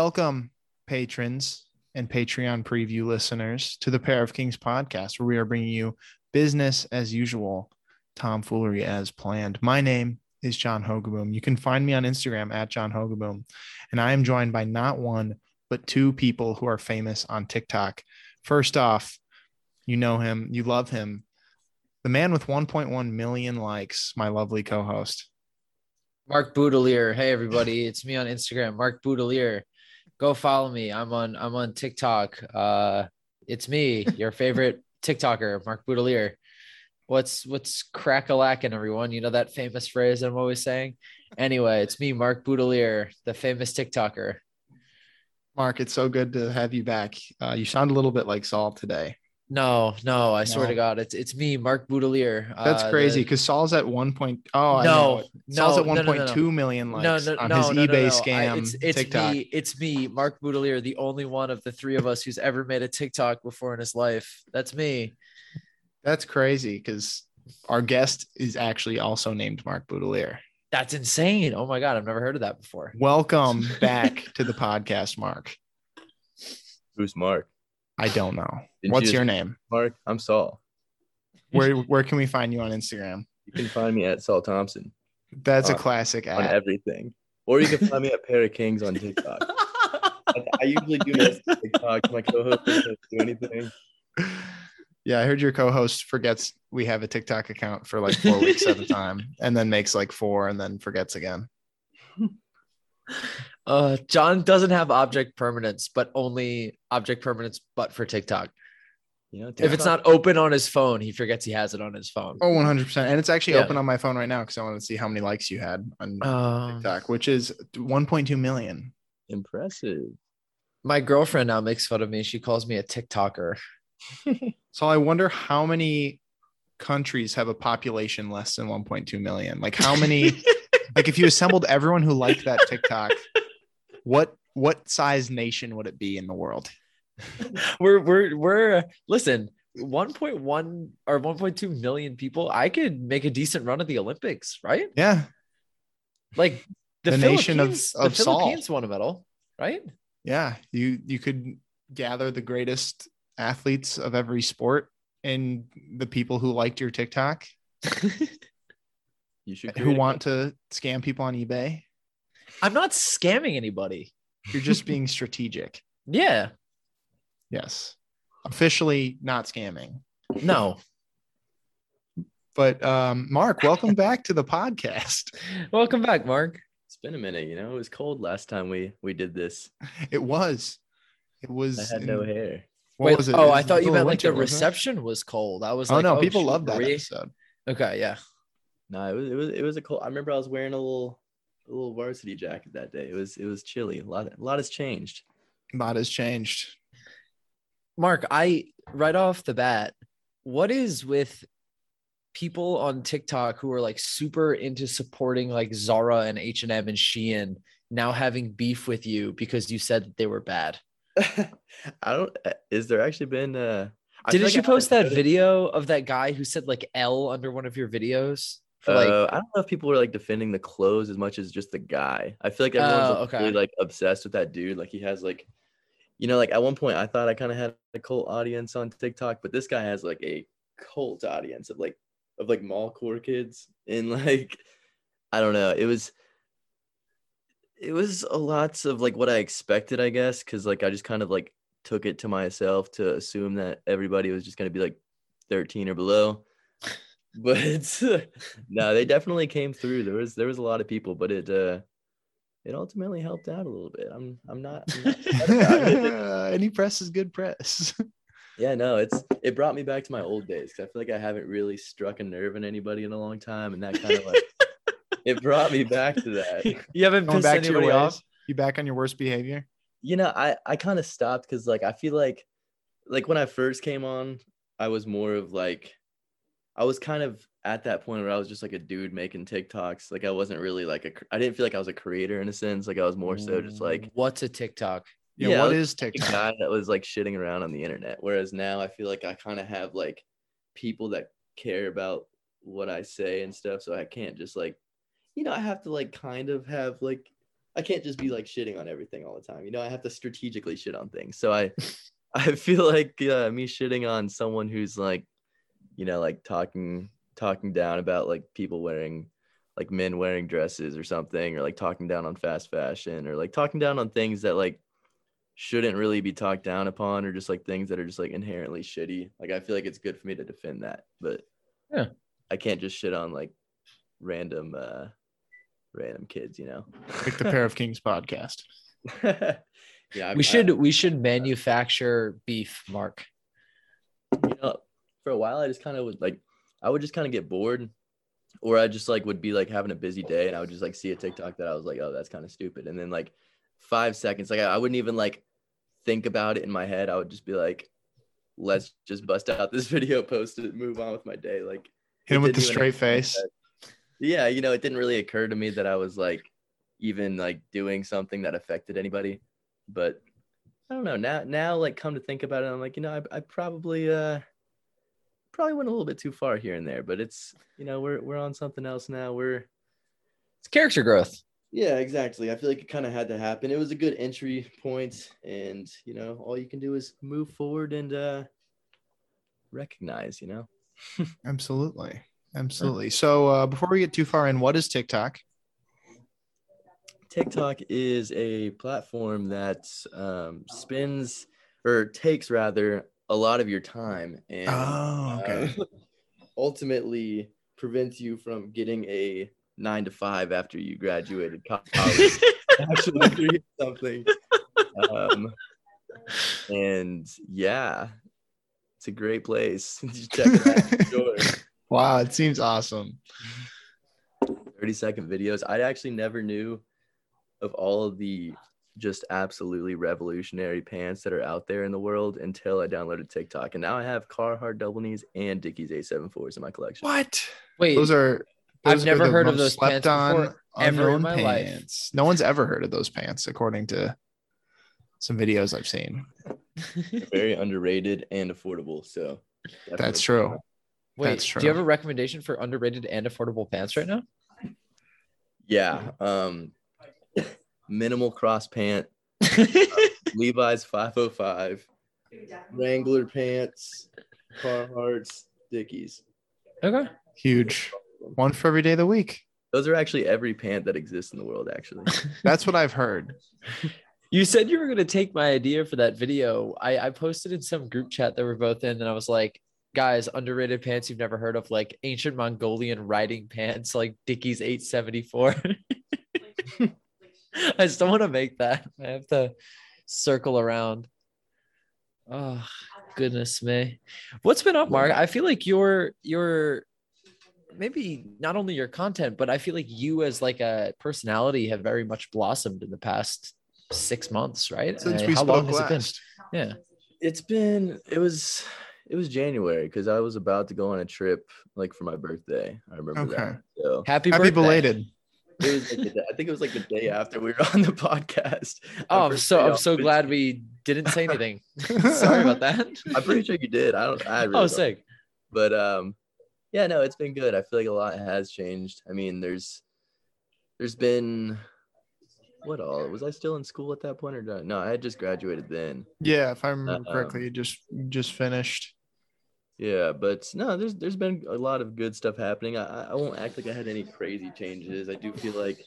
Welcome, patrons and Patreon preview listeners, to the Pair of Kings podcast, where we are bringing you business as usual, tomfoolery as planned. My name is John Hogaboom. You can find me on Instagram at John Hogaboom, and I am joined by not one, but two people who are famous on TikTok. First off, you know him, you love him. The man with 1.1 million likes, my lovely co host. Mark Boudelier. Hey everybody, it's me on Instagram, Mark Boudelier. Go follow me. I'm on I'm on TikTok. Uh it's me, your favorite TikToker, Mark Boudelier. What's what's crack a lacking, everyone? You know that famous phrase I'm always saying? Anyway, it's me, Mark Boudelier, the famous TikToker. Mark, it's so good to have you back. Uh, you sound a little bit like Saul today. No, no, I swear No. to God, it's it's me, Mark Boudelier. That's uh, crazy the- because Saul's at one point. Oh, I know no, it. no, Saul's at no, no, no, no. 1.2 million likes on his eBay scam I, it's, it's TikTok. Me, it's me, Mark Boudelier, the only one of the three of us who's ever made a TikTok before in his life. That's me. That's crazy because our guest is actually also named Mark Boudelier. That's insane. Oh my god, I've never heard of that before. Welcome back to the podcast, Mark. Who's Mark? I don't know. Didn't What's you your name? Mark, I'm Saul. Where where can we find you on Instagram? You can find me at Saul Thompson That's a Uh, classic on ad. everything. Or you can find me at Pair of Kings on TikTok. I, I usually do most of TikTok. My co-host doesn't do anything. Yeah, I heard your co-host forgets we have a TikTok account for like four weeks at a time, and then makes like four, and then forgets again. uh, John doesn't have object permanence, but only object permanence, but for TikTok. You know, If it's not open on his phone, he forgets he has it on his phone. Oh, 100%. And it's actually Yeah. open on my phone right now because I want to see how many likes you had on Um, TikTok, which is 1.2 million. impressive. my girlfriend now makes fun of me. She calls me a TikToker. So I wonder how many countries have a population less than 1.2 million. Like how many like if you assembled everyone who liked that TikTok, what what size nation would it be in the world? we're we're we're uh, listen 1.1 or 1.2 million people i could make a decent run at the olympics right Yeah. like the, The nation of- Philippines- of the Saul. philippines won a medal right Yeah. You you could gather the greatest athletes of every sport and the people who liked your TikTok You should who create a want to scam people on eBay. i'm not scamming anybody You're just being strategic. yeah Yes. Officially not scamming. no But um, Mark, welcome back to the podcast. welcome back mark It's been a minute, you know. It was cold last time we we did this. It was. It was. I had in- no hair. what Wait, was it? It oh was i thought you middle of meant like the winter, wasn't it? reception was cold i was Oh like no, people shoot, love that Marie. episode. okay yeah No, it was it was it was a cold. I remember I was wearing a little a little varsity jacket that day. It was it was chilly. A lot a lot has changed. A lot has changed. Mark, I right off the bat, what is with people on TikTok who are like super into supporting like Zara and H&M and Shein now having beef with you because you said that they were bad? I don't. Is there actually been? Uh, I feel Didn't like you I post haven't that noticed- video of that guy who said like L under one of your videos? For like Uh, I don't know if people were like defending the clothes as much as just the guy. I feel like everyone's Oh, like, okay. really like obsessed with that dude. Like he has like, you know, like at one point I thought I kind of had a cult audience on TikTok, but this guy has like a cult audience of like of like mall core kids and like I don't know. It was it was a lots of like what I expected, I guess, because like I just kind of like took it to myself to assume that everybody was just gonna be like 13 or below. But no, they definitely came through. There was there was a lot of people, but it uh it ultimately helped out a little bit. I'm I'm not, I'm not upset about it. Any press is good press. yeah, no, it's it brought me back to my old days because I feel like I haven't really struck a nerve in anybody in a long time, and that kind of like it brought me back to that. you haven't Going pissed back to your anybody ways. off. You back on your worst behavior? you know i i kind of stopped because like i feel like like when i first came on i was more of like i was kind of at that point where i was just like a dude making tiktoks like i wasn't really like a cr- i didn't feel like i was a creator in a sense like i was more so just like what's a TikTok? Yeah. Yeah, what I is a TikTok? guy that was like shitting around on the internet whereas now i feel like i kind of have like people that care about what i say and stuff so i can't just like you know i have to like kind of have like I can't just be like shitting on everything all the time. You know, I have to strategically shit on things. So I I feel like uh, me shitting on someone who's like, you know, like talking talking down about like people wearing like men wearing dresses or something or like talking down on fast fashion or like talking down on things that like shouldn't really be talked down upon or just like things that are just like inherently shitty. Like I feel like it's good for me to defend that, but Yeah. I can't just shit on like random uh random kids, you know. Like the Pair of Kings podcast. yeah, I- we should we should manufacture beef, Mark. you know, for a while I just kind of would like I would just kind of get bored or I just like would be like having a busy day and I would just like see a TikTok that I was like, oh, that's kind of stupid. And then like five seconds, like I, I wouldn't even like think about it in my head. I would just be like, let's just bust out this video, post it, move on with my day. Like Hit him with the didn't even straight face. yeah, you know, it didn't really occur to me that I was like even like doing something that affected anybody. But I don't know. Now now like come to think about it, I'm like, you know, I, I probably uh probably went a little bit too far here and there, but it's you know, we're we're on something else now. We're It's character growth. yeah, exactly. I feel like it kind of had to happen. It was a good entry point, and you know, all you can do is move forward and uh recognize, you know. Absolutely. Absolutely. So uh, before we get too far in, what is TikTok? TikTok is a platform that um, spends or takes rather a lot of your time and Oh, okay. uh, ultimately prevents you from getting a nine to five after you graduated college. Actually, after you get something. Um, and yeah, it's a great place. Just check it out. Enjoy. wow, it seems awesome. 30 second videos. I actually never knew of all of the just absolutely revolutionary pants that are out there in the world until I downloaded TikTok. And now I have Carhartt double knees and Dickies A74s in my collection. What? Wait, Those are. I've those are never the heard of most those slept pants on before, ever in unknown my life. pants. No one's ever heard of those pants, according to some videos I've seen. They're very underrated and affordable. So That's definitely. true. wait, that's do true. you have a recommendation for underrated and affordable pants right now? Yeah. Um, minimal cross pant, Levi's 505, Wrangler pants, Carhartts, Dickies. okay. Huge. One for every day of the week. Those are actually every pant that exists in the world, actually. That's what I've heard. You said you were going to take my idea for that video. I, I posted in some group chat that we're both in, and I was like, guys, underrated pants you've never heard of, like ancient Mongolian riding pants, like Dickies 874. I still want to make that. I have to circle around. Oh, goodness me. What's been up, Mark? I feel like your your maybe not only your content, but I feel like you as like a personality have very much blossomed in the past six months, right? Since Uh, we How spoke long has it been? last. Yeah. it's been it was it was January because I was about to go on a trip like for my birthday. I remember Okay. that. So Happy, Happy birthday. belated. it was like the day, I think it was like the day after we were on the podcast. Oh, I'm I'm so I'm pretty so sure- glad we didn't say anything. Sorry about that. I'm pretty sure you did. I don't. I really oh, don't. sick. But um, yeah, no, it's been good. I feel like a lot has changed. I mean, there's there's been what all was I still in school at that point or not? no? I had just graduated then. Yeah, if I remember Um, correctly, you just you just finished. Yeah, but no, there's there's been a lot of good stuff happening. I, I- I won't act like I had any crazy changes. I do feel like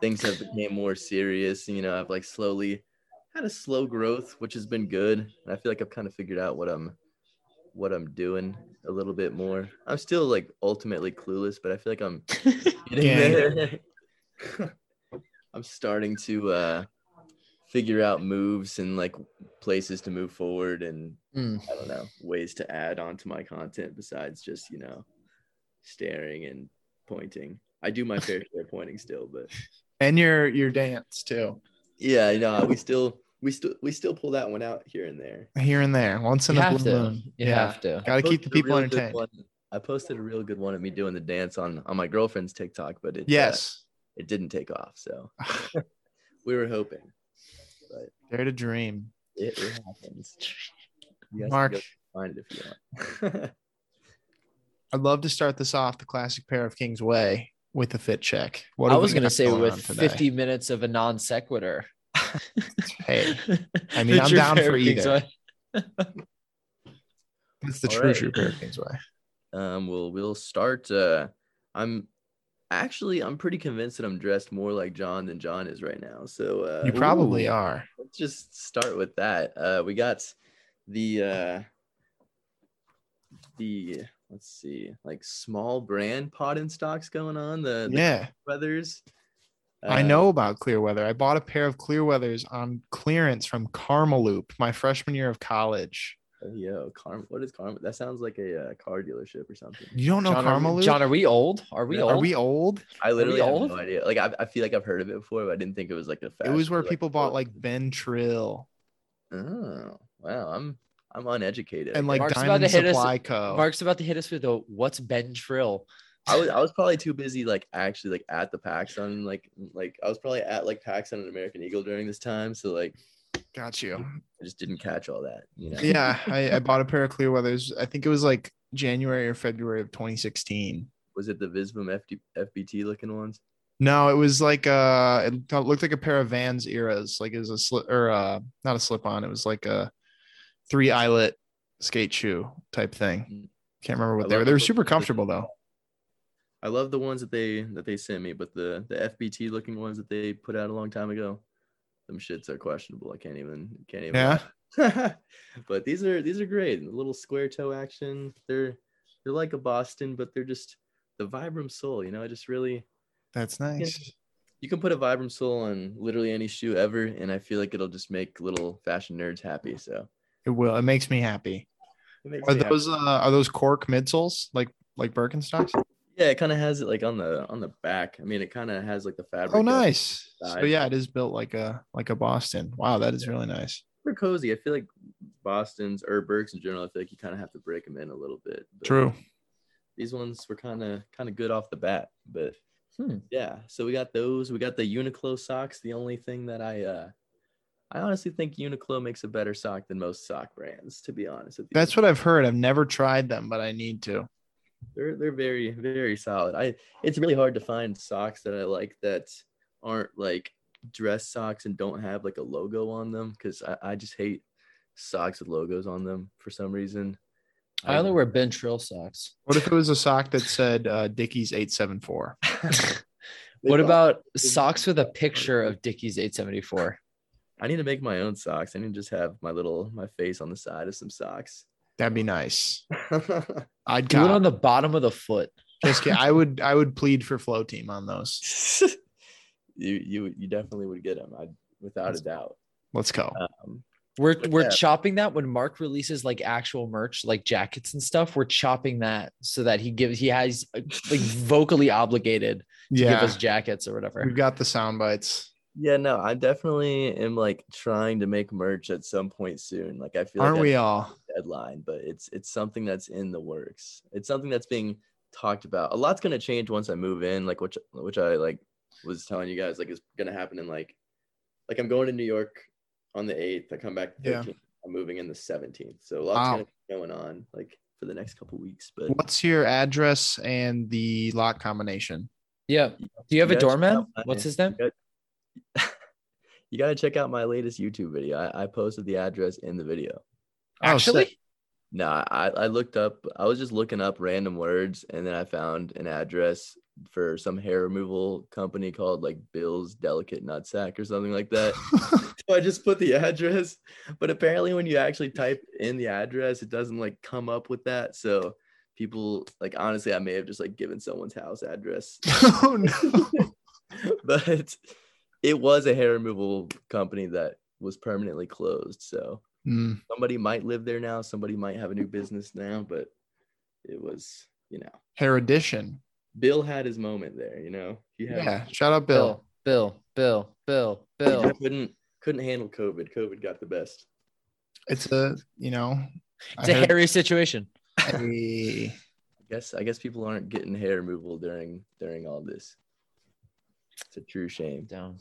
things have become more serious. You know, I've like slowly had a slow growth, which has been good. And I feel like I've kind of figured out what I'm what I'm doing a little bit more. I'm still like ultimately clueless, but I feel like I'm getting Gang. there. I'm starting to uh figure out moves and like places to move forward and Mm. I don't know, ways to add on to my content besides just, you know, staring and pointing. I do my fair share of pointing still, but And your your dance too. yeah, you know, we still we still we still pull that one out here and there. Here and there. Once in You a have blue to. moon. You yeah. have to. Gotta keep the Posted a people real good entertained. one- I posted a real good one of me doing the dance on on my girlfriend's TikTok, but it uh, Yes. it didn't take off. So we were hoping Dare to dream. it, it happens. You guys can Mark, go find it if you want. I'd love to start this off the classic pair of kings way with a fit check. What I have we was gonna got say going with on today? 50 minutes of a non sequitur. Hey, I mean, I'm down for either. That's the All true right. true Hurricanes way. Um, we'll we'll start. Uh, I'm actually I'm pretty convinced that I'm dressed more like John than John is right now. So uh, You probably are. let's just start with that. Uh, we got the uh, the let's see, like small brand pot and stocks going on. Uh, The, the Yeah, weathers. Uh, I know about Clearweather. I bought a pair of Clearweathers on clearance from Carmeloop my freshman year of college. Yo, Karma. What is Karma? That sounds like a uh, car dealership or something. You don't know John, are, Carmeloop? John, are we old? Are we No, old? are we old? I literally have old? no idea. Like I, I feel like I've heard of it before, but I didn't think it was like a. It was fashion- where people bought oh, like Ben Trill Oh wow, I'm I'm uneducated. and like Mark's about Diamond to hit us- Supply Co. Mark's about to hit us with a what's Ben Trill? I was I was probably too busy like actually like at the PacSun like like I was probably at like PacSun and American Eagle during this time, so like Got you. I just didn't catch all that. You know. Yeah, I, I bought a pair of Clearweathers. I think it was like January or February of 2016. Was it the Visvim FD, FBT looking ones? No, it was like uh, it got- looked like a pair of Vans eras. Like it was a slip or uh, not a slip on. It was like a three eyelet skate shoe type thing. Can't remember what I they love were. They were the super look of the- comfortable though. I love the ones that they that they sent me, but the the FBT looking ones that they put out a long time ago, them shits are questionable. I can't even can't even. Yeah. but these are these are great. The little square toe action. They're they're like a Boston, but they're just the Vibram sole. You know, I just really That's nice. you can put a Vibram sole on literally any shoe ever, and I feel like it'll just make little fashion nerds happy. So It will. It makes me happy. it makes Are me happy. those uh, are those cork midsoles like like Birkenstocks? yeah, it kind of has it like on the on the back. I mean, it kind of has like the fabric. Oh, of- nice. So side. yeah, it is built like a like a Boston. Wow, that is really nice. super cozy. I feel like Boston's or Burks in general. I feel like you kind of have to break them in a little bit. but True. These ones were kind of kind of good off the bat, but Hmm. yeah. So we got those. We got the Uniqlo socks. The only thing that I uh, I honestly think Uniqlo makes a better sock than most sock brands. To be honest, with you. That's what I've heard. I've never tried them, but I need to. they're they're very very solid. I it's really hard to find socks that I like that aren't like dress socks and don't have like a logo on them because I, I just hate socks with logos on them for some reason. I only wear Ben Trill socks. What if it was a sock that said uh, Dickies eight seven four? What about socks with a picture of Dickies 874? I need to make my own socks. I need to just have my little my face on the side of some socks. That'd be nice. I I'd Do it cop. on the bottom of the foot. Just kidding. I would I would plead for flow team on those. you you you definitely would get them. I without a doubt. Let's go. Uh, Um, We're But we're yeah. chopping that when Mark releases like actual merch, like jackets and stuff. We're chopping that so that he gives he has uh, like vocally obligated to give Yeah, us jackets or we've whatever. got the sound bites. yeah, no, I definitely am like trying to make merch at some point soon. Like I feel Aren't like I- we all? deadline, but it's it's something that's in the works. It's something that's being talked about. A lot's gonna change once I move in, like which which I like was telling you guys like is gonna happen in like like I'm going to New York on the eighth. I come back the Yeah. 13th. I'm moving in the seventeenth. So a lot's Wow. gonna be going on like for the next couple weeks. But What's your address and the lot combination? Yeah. Do you have a Yeah, check doorman? out my- What's his name? you gotta check out my latest YouTube video. I, I posted the address in the video. Oh, sick. Actually, Nah, I, I looked up, I was just looking up random words and then I found an address for some hair removal company called like Bill's Delicate Nutsack or something like that. so I just put the address, but apparently when you actually type in the address, it doesn't like come up with that. So people like honestly, I may have just like given someone's house address, oh no. but it was a hair removal company that was permanently closed. So Hmm. somebody might live there now somebody might have a new business now but it was you know Hair edition. bill had his moment there you know he had Yeah. Shout out Bill. Bill, Bill, Bill, Bill, Bill. he couldn't couldn't handle covid covid got the best It's a you know. It's a hairy situation. hairy. i guess i guess people aren't getting hair removal during during all this it's a true shame Down.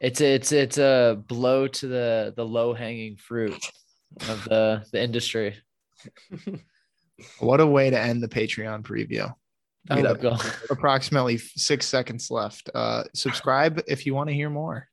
It's a, it's it's a blow to the the low hanging fruit of the the industry. What a way to end the Patreon preview. We Oh, got God. approximately six seconds left. Uh, subscribe if you want to hear more.